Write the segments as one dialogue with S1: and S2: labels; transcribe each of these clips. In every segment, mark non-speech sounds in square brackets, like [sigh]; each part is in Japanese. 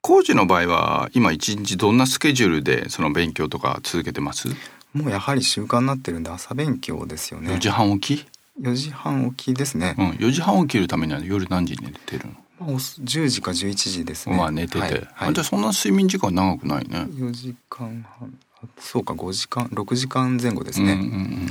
S1: コーチの場合は今一日どんなスケジュールでその勉強とか続けてます
S2: もうやはり習慣になってるんで朝勉強ですよね
S1: 4時半起き、
S2: 4時半起きですね、
S1: うん、4時半起きるためには夜何時に寝てるの
S2: まあおす10時か11時ですね
S1: まあ寝てて、
S2: はいはい
S1: あじゃあそんな睡眠時間長くないね。
S2: 4時間半あそうか5時間6時間前後です
S1: うんうん
S2: ね、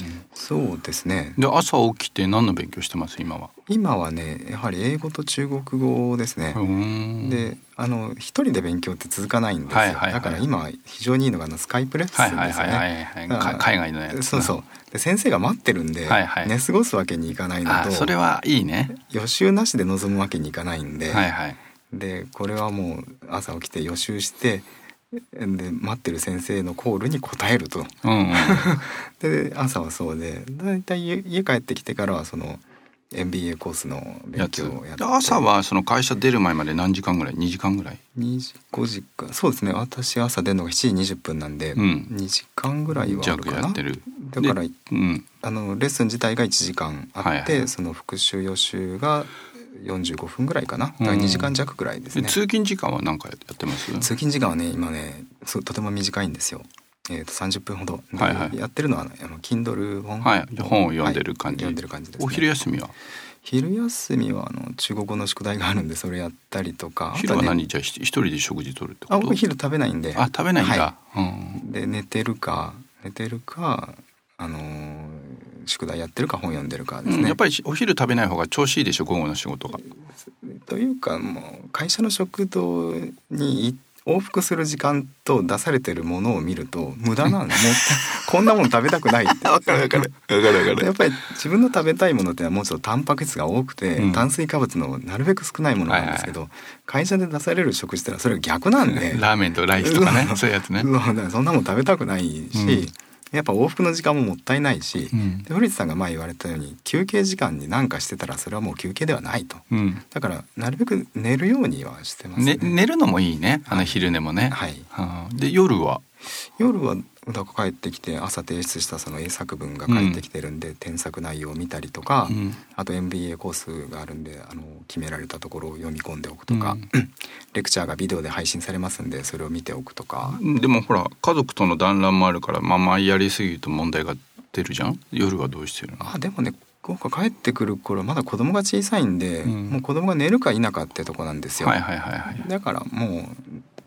S1: うん
S2: そうですね
S1: で朝起きて何の勉強してます今は。
S2: 今はねやはり英語と中国語 [laughs] ですね、
S1: うん
S2: であの一人で勉強って続かないんですよ、
S1: はいはいはい
S2: だから今非常にいいのがあのスカイプレッス
S1: はい
S2: ン
S1: はい
S2: です
S1: はい
S2: ね
S1: はい
S2: だ
S1: は
S2: か
S1: い。
S2: ら
S1: 海外のやつな。
S2: そうそうで先生が待ってるんで、
S1: はいはい
S2: 寝過ごすわけにいかないの
S1: あ
S2: と
S1: それはいいね。
S2: 予習なしで臨むわけにいかないんで、
S1: はいはい。
S2: でこれはもう朝起きて予習してで待ってる先生のコールに応えると
S1: うんうん。
S2: で朝はそうでだいたい家家帰ってきてからはその MBA コースの
S1: や
S2: 勉
S1: つ
S2: 強をやっ。
S1: で
S2: て
S1: 朝はその会社出る前まで何時間ぐらい？2時間ぐらい。
S2: 2時5時かそうですね私朝出るのが7時20分なんで、
S1: うん
S2: 2時間ぐらいはある
S1: 弱
S2: か
S1: や
S2: な
S1: ってる。
S2: だから
S1: でうん。
S2: あのレッスン自体が1時間あって、
S1: はいはい
S2: その復習予習が45分ぐらいかなだから
S1: うん
S2: 2時間弱ぐらいです
S1: で
S2: ね、
S1: 通勤時間は何かやってます？
S2: 通勤時間はね今ねそうとても短いんですよ、えー、と30分ほど、で
S1: はいはい
S2: やってるのはあの Kindle 本、
S1: はいじゃあ本を読んでる感じ
S2: はい読んでる感じです、ね、
S1: お昼休みは
S2: 昼休みはあの中国語の宿題があるんでそれやったりとか
S1: 昼は
S2: あとね
S1: 何じゃあひ一人で食事とるって
S2: あ
S1: こと
S2: 僕？昼食べないんで
S1: あ食べないんだ
S2: は。
S1: うん。
S2: で寝てるか寝てるかあのー宿題やってるか本読んでるかですね、
S1: うんやっぱりしお昼食べない方が調子いいでしょ午後の仕事が
S2: というかもう会社の食堂にい往復する時間と出されてるものを見ると無駄
S1: [laughs]
S2: なんでこんなもの食べたくないって
S1: 分かる分
S2: やっぱり自分の食べたいものってのはもうちょっとタンパク質が多くて、
S1: うん
S2: 炭水化物のなるべく少ないものなんですけど、会社で出される食事ってのはそれが逆な
S1: [laughs]
S2: んで
S1: ラーメンとライスとかね
S2: うん
S1: そういうやつね
S2: そうだからそんなもん食べたくないし、
S1: うん
S2: やっぱ往復の時間ももったいないし、
S1: うん
S2: で古市さんが前言われたように休憩時間に何かしてたらそれはもう休憩ではないと。
S1: うん
S2: だからなるべく寝るようにはしてますね。
S1: ね寝るのもいいねあの昼寝もね
S2: はい。
S1: あーで夜は
S2: 夜はだから帰ってきて朝提出したその英作文が返ってきてるんで、添削内容を見たりとか、
S1: うん
S2: あと MBA コースがあるんであの決められたところを読み込んでおくとか、レクチャーがビデオで配信されますんでそれを見ておくとか。
S1: でもほら家族との団らんもあるからまあ前やりすぎると問題が出るじゃん夜はどうしてるの
S2: あでもね僕が帰ってくる頃まだ子供が小さいんで、
S1: うん
S2: もう子供が寝るか否かってとこなんですよ。
S1: はいはいはいはい
S2: だからも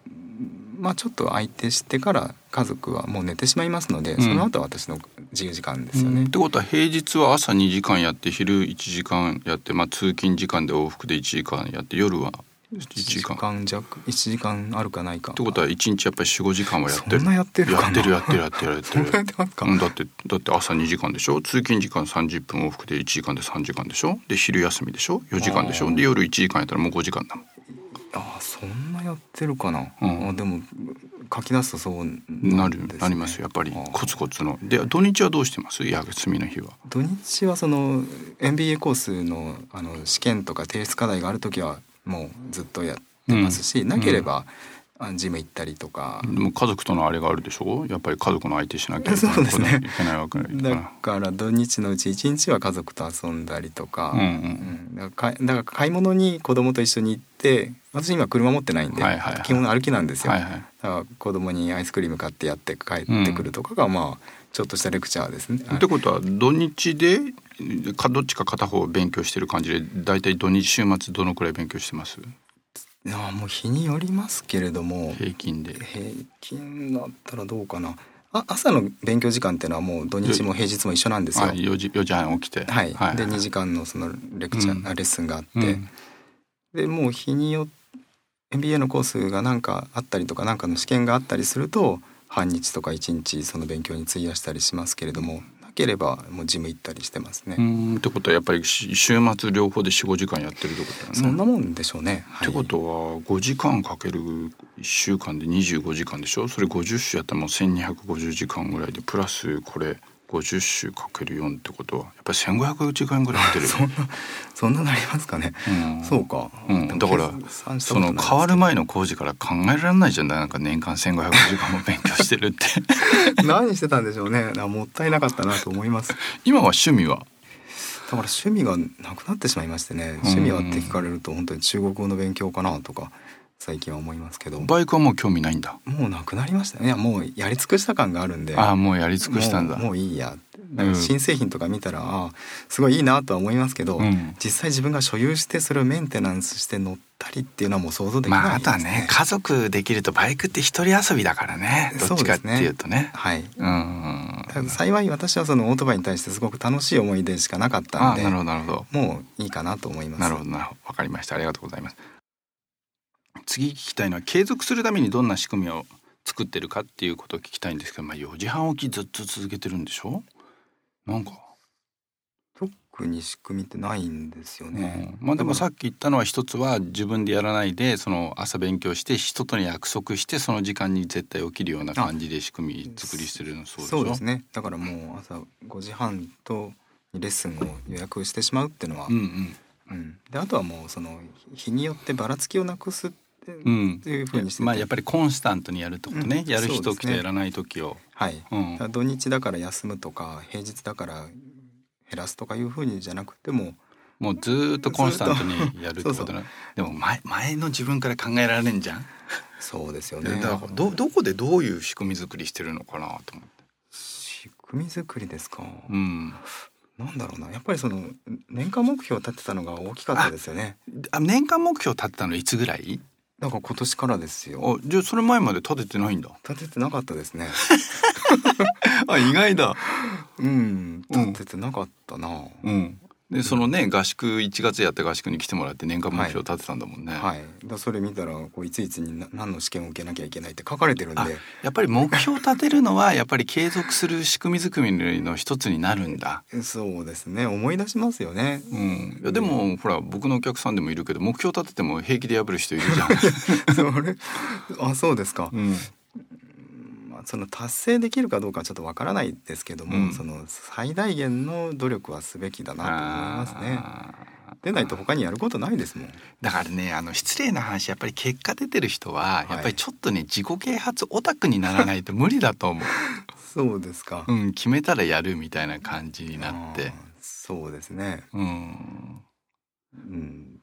S2: うまあちょっと相手してから家族はもう寝てしまいますので、
S1: うん
S2: その後は私の自由時間ですよ
S1: うん
S2: ね
S1: っ。てことは平日は朝2時間やって昼1時間やって、まあ、通勤時間で往復で1時間やって夜は1時間っ
S2: 1時間弱一時間あるかないか。
S1: てことは1日やっぱり45時間はやってる
S2: そんなやってるかな
S1: やってるやってるやってるやって
S2: そんなや
S1: る
S2: ってますか。
S1: うん、だってだって朝2時間でしょ通勤時間30分往復で1時間で3時間でしょで昼休みでしょ4時間でし
S2: あ
S1: ょ
S2: ー
S1: で夜1時間やったらもう5時間だもん
S2: あそんなやってるかな。
S1: うん
S2: あでも書き出すとそう
S1: な
S2: な
S1: る
S2: んです、ね、
S1: なりますよやっぱり
S2: あー
S1: コツコツので土日はどうしてます休みの日は
S2: 土日はその MBA コースのあの試験とか提出課題がある時はもうずっとやってますし、
S1: うん
S2: なければ、あジム行ったりとか、
S1: でも家族とのあれがあるでしょやっぱり家族の相手しなきゃいけない
S2: そうですね
S1: いけないわけだから
S2: だから土日のうち一日は家族と遊んだりとか,、
S1: うんうん
S2: んだからかだから買い物に子供と一緒に行って私今車持ってないんで、
S1: はいはいはい
S2: 基本歩きなんですよ、
S1: はいはい
S2: だから子供にアイスクリーム買ってやって帰ってくるとかが、まあちょっとしたレクチャーですね。
S1: ってことは土日でかどっちか片方勉強してる感じで大体土日週末どのくらい勉強してます
S2: あもう日によりますけれども
S1: 平均で
S2: 平均だったらどうかなあ朝の勉強時間っていうのはもう土日も平日も一緒なんですよ。
S1: あ
S2: はい、
S1: 4時四時半起きて
S2: で2時間のそのレクチャー、
S1: うん
S2: あレッスンがあって、
S1: うん
S2: でもう日によって MBA のコースが何かあったりとか何かの試験があったりすると半日とか一日その勉強に費やしたりしますけれどもなければもうジム行ったりしてますね。
S1: うんってことはやっぱりし週末両方で45時間やってるってことだよね。
S2: そんなもんでしょうね。はい
S1: ってことは5時間かける1週間で25時間でしょそれ50週やったらもう1250時間ぐらいでプラスこれ50週かける4ってことはやっぱり1500時間ぐらいやってるよ [laughs]
S2: そんなそんななりますかね。
S1: ん
S2: そうか。
S1: うん
S2: で
S1: だか
S2: も
S1: ら
S2: 計算した
S1: そ
S2: ことない
S1: の
S2: です
S1: 変わる前の工事から考えられないじゃないなんか年間1500時間も勉強してるって
S2: [laughs]
S1: [laughs]
S2: 何してたんでしょうねあもったいなかったなと思いますだか
S1: 今は趣味は
S2: ら趣味がなくなってしまいましてね趣味はって聞かれると本当に中国語の勉強かなとか最近は思いますけども
S1: バイクはもう興味ないんだ
S2: うなくなりましたねいやもうやり尽くした感があるんで
S1: ああもうやり尽くしたんだ
S2: もうもういいやってなん
S1: うん
S2: か新製品とか見たら、ああすごいいいなとは思いますけど、
S1: うん
S2: 実際自分が所有してそれをメンテナンスして乗ったりっていうのはもう想像できない
S1: まああ
S2: です
S1: とはね家族できるとバイクって一人遊びだからねどっちかっていうとね
S2: はい
S1: うん
S2: ただ幸い私はそのオートバイに対してすごく楽しい思い出しかなかった
S1: あ
S2: んで
S1: なるほどなるほど
S2: もういいかなと思います
S1: なるほどなるほどわかりましたありがとうございます次聞きたいのは継続するためにどんな仕組みを作ってるかっていうことを聞きたいんですけどまあ4時半起きずっと続けてるんでしょなんか、
S2: 特に仕組みってないんですよね、
S1: うんまあでもさ
S2: だか
S1: っき言ったのは一つは自分でやらないでその朝勉強して人との約束してその時間に絶対起きるような感じで仕組み作りしてるのそ
S2: ら
S1: うでし
S2: そ
S1: ょ
S2: うですねだからもう朝5時半とレッスンを予約してしまうっていうのは、
S1: うんうん
S2: うんであとはもうその日によってばらつきをなくすって,、
S1: うん
S2: いうふうにしてて
S1: まあやっぱりコンスタントにやるってことね、
S2: うん
S1: やる日
S2: そうです
S1: ときと
S2: ね
S1: やらない時を、
S2: はい、
S1: うん
S2: だから土日だから休むとか平日だから減らすとかいうふうにじゃなくても
S1: もうずーっとコンスタントにやるってことね
S2: そうそ
S1: でも前前の自分から考えられんじゃん、
S2: そうですよ
S1: で
S2: ね
S1: だからどどこでどういう仕組み作りしてるのかなと思って
S2: 仕組み作りですか、
S1: うん
S2: なんだろうなやっぱりその年間目標を立てたのが大きかったですよね
S1: あ年間目標立てたのいつぐらい
S2: だから今年からですよ
S1: あじゃあそれ前まで立ててないんだ
S2: 立ててなかったですね
S1: [laughs] あ意外だ
S2: うん
S1: うん
S2: 立ててなかったな、
S1: うんでそのね合宿1月やった合宿に来てもらって年間目標立てたんだもんね、
S2: はいだからそれ見たらこういついつにな何の試験を受けなきゃいけないって書かれてるんで
S1: あやっぱり目標立てるのはやっぱり継続する仕組み作りの一つになるんだ
S2: そうですね思い出しますよね [laughs]
S1: うん、いやでもほら僕のお客さんでもいるけど目標立てても平気で破る人いるじゃん。
S2: それ [laughs] あそうですか、
S1: [laughs] うん
S2: まあ、その達成できるかどうかはちょっとわからないですけども、
S1: うん
S2: その最大限の努力はすべきだなと思いますね
S1: あー
S2: でないと他にやることないですもん
S1: だからねあの失礼な話やっぱり結果出てる人は、
S2: い
S1: やっぱりちょっとね自己啓発オタクにならないと無理だと思
S2: そうですか、
S1: う、うん、決めたらやるみたいな感じになって
S2: あーそうですね
S1: うん
S2: うん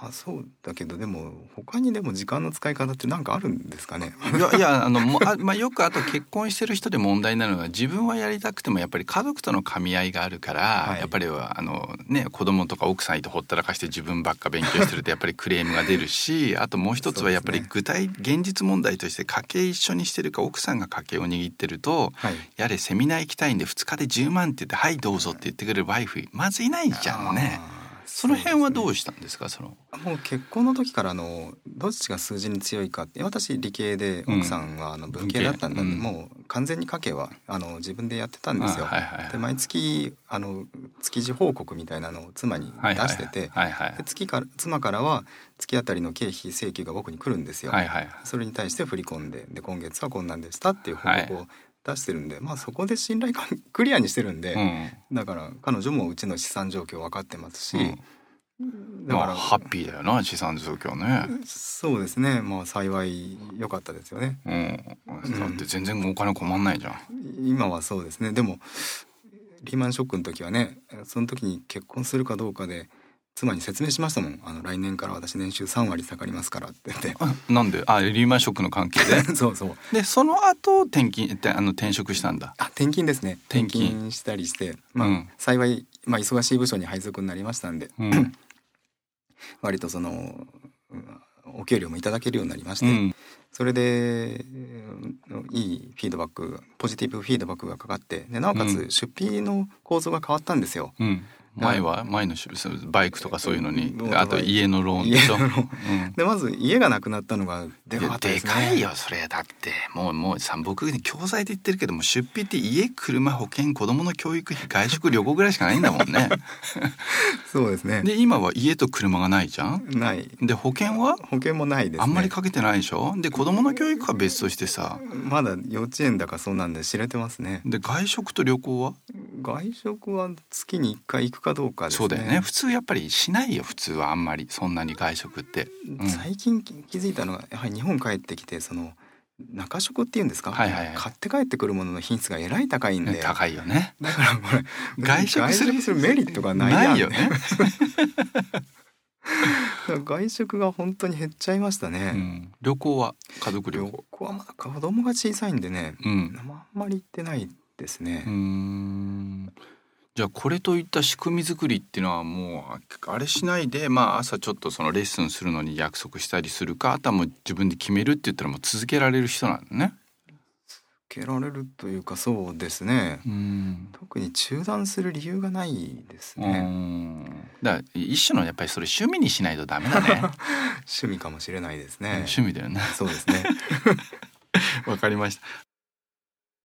S2: まあそうだけどでも他にでも時間の使い方ってなんかあるんですかね
S1: [laughs] いやいやあのもうあ、まあ、よくあと結婚してる人で問題なのは自分はやりたくてもやっぱり家族との噛み合いがあるから、
S2: はい
S1: やっぱりあの、ね、子供とか奥さんいてほったらかして自分ばっか勉強してるとやっぱりク [laughs] レームが出るしあともう一つはやっぱり
S2: そうです
S1: 具体、現実問題として家計一緒にしてるか奥さんが家計を握ってると。
S2: はい
S1: やれセミナー行きたいんで2日で10万って言って「はいどうぞ」って言ってくれるワイフまずいないじゃんね。
S2: あー
S1: その辺はど
S2: う
S1: うしたんですかその
S2: ですねもう結婚の時からあのどっちが数字に強いかって私理系で
S1: うん
S2: 奥さんはあの文系だったんで、
S1: 文系うん
S2: もう完全に家計はあの自分でやってたんですよ。
S1: あはいはいはい
S2: で毎月あの月次報告みたいなのを妻に
S1: はい
S2: 出
S1: はい
S2: してて、
S1: はいはい
S2: で月から妻からは月あたりの経費請求が僕に来るんですよ。
S1: はいはい
S2: それに対して振り込んでで今月はこんなんでしたっていう報告を出してるんで、まあそこで信頼関 [laughs] クリアにしてるんで、
S1: うん
S2: だから彼女もうちの資産状況分かってます
S1: う
S2: し、
S1: ん
S2: だから、
S1: まあ、ハッピーだよな資産増強ね。
S2: そうですねまあ幸い良かったですよね
S1: うん、
S2: ん
S1: だって全然お金困んないじゃん。
S2: 今はそうですねでもリーマンショックの時はねその時に結婚するかどうかで妻に説明しましたもんあの来年から私年収3割下がりますからって言って
S1: あなんであリーマンショックの関係で
S2: [laughs] そうそう
S1: [laughs] でその後転勤てあの転職したんだ。
S2: あ転勤ですね
S1: 転
S2: 転
S1: 勤
S2: 勤したりして、まあ
S1: うん
S2: 幸い、まあ、忙しい部署に配属になりましたんで
S1: うん [laughs]
S2: 割とそのうんお給料もいただけるようになりまし
S1: う
S2: て、
S1: ん
S2: それでうんいいフィードバックがポジティブフィードバックがかかってでなおか
S1: う
S2: つ出費の構造が変わったんですよ。
S1: うん、前は前のしそうバイクとかそういうのに
S2: ロードバイク
S1: あと家のローンでしょ。
S2: 家のローン
S1: うん
S2: でまず家がなくなったのがで
S1: い
S2: かか
S1: や
S2: ったで
S1: です
S2: ね。
S1: かいよそれだってもうもうさ僕ね教材で言ってるけども出費って家車保険子供の教育費外食旅行ぐらいしかないんだもん [laughs] ね
S2: そうですね。
S1: で今は家と車がないじゃん
S2: ない
S1: で保険は
S2: 保険もないです、ね。
S1: あんまりかけてないでしょで子供の教育は別としてさ
S2: まだ幼稚園だかそうなんで知れてますね。
S1: で外食と旅行は
S2: 外食は月に一回行くかどうかですね。
S1: そうだよね普通やっぱりしないよ普通はあんまりそんなに外食って、うん
S2: 最近気気づいたのがやはり日本帰ってきてその中食っていうんですか、
S1: はいはいはい
S2: 買って帰ってくるものの品質がえらい高いんで
S1: 高いよね
S2: だからこれ
S1: [laughs] 外食する
S2: [laughs] 外メリットがないやん
S1: ないよね
S2: 外食が本当に減っちゃいました
S1: う
S2: ね、
S1: ん、旅行は家族旅
S2: 旅
S1: 行
S2: 行はまだ子供が小さいんでね、
S1: うん
S2: あんまり行ってないですね、
S1: うーんじゃあこれといった仕組み作りっていうのはもうああれしないで、まあ、朝ちょっとそのレッスンするのに約束したりするかあとはもう自分で決めるって言ったらもう続けられる人なんだね。
S2: 受けられるというかそうですね
S1: うん
S2: 特に中断する理由がないです [laughs]
S1: う
S2: ね、
S1: んだから一種のやっぱりそれ趣味にしないとダメだ [laughs] ね。
S2: 趣味かもしれないですね
S1: 趣味だよね。
S2: そうですね
S1: わかりました。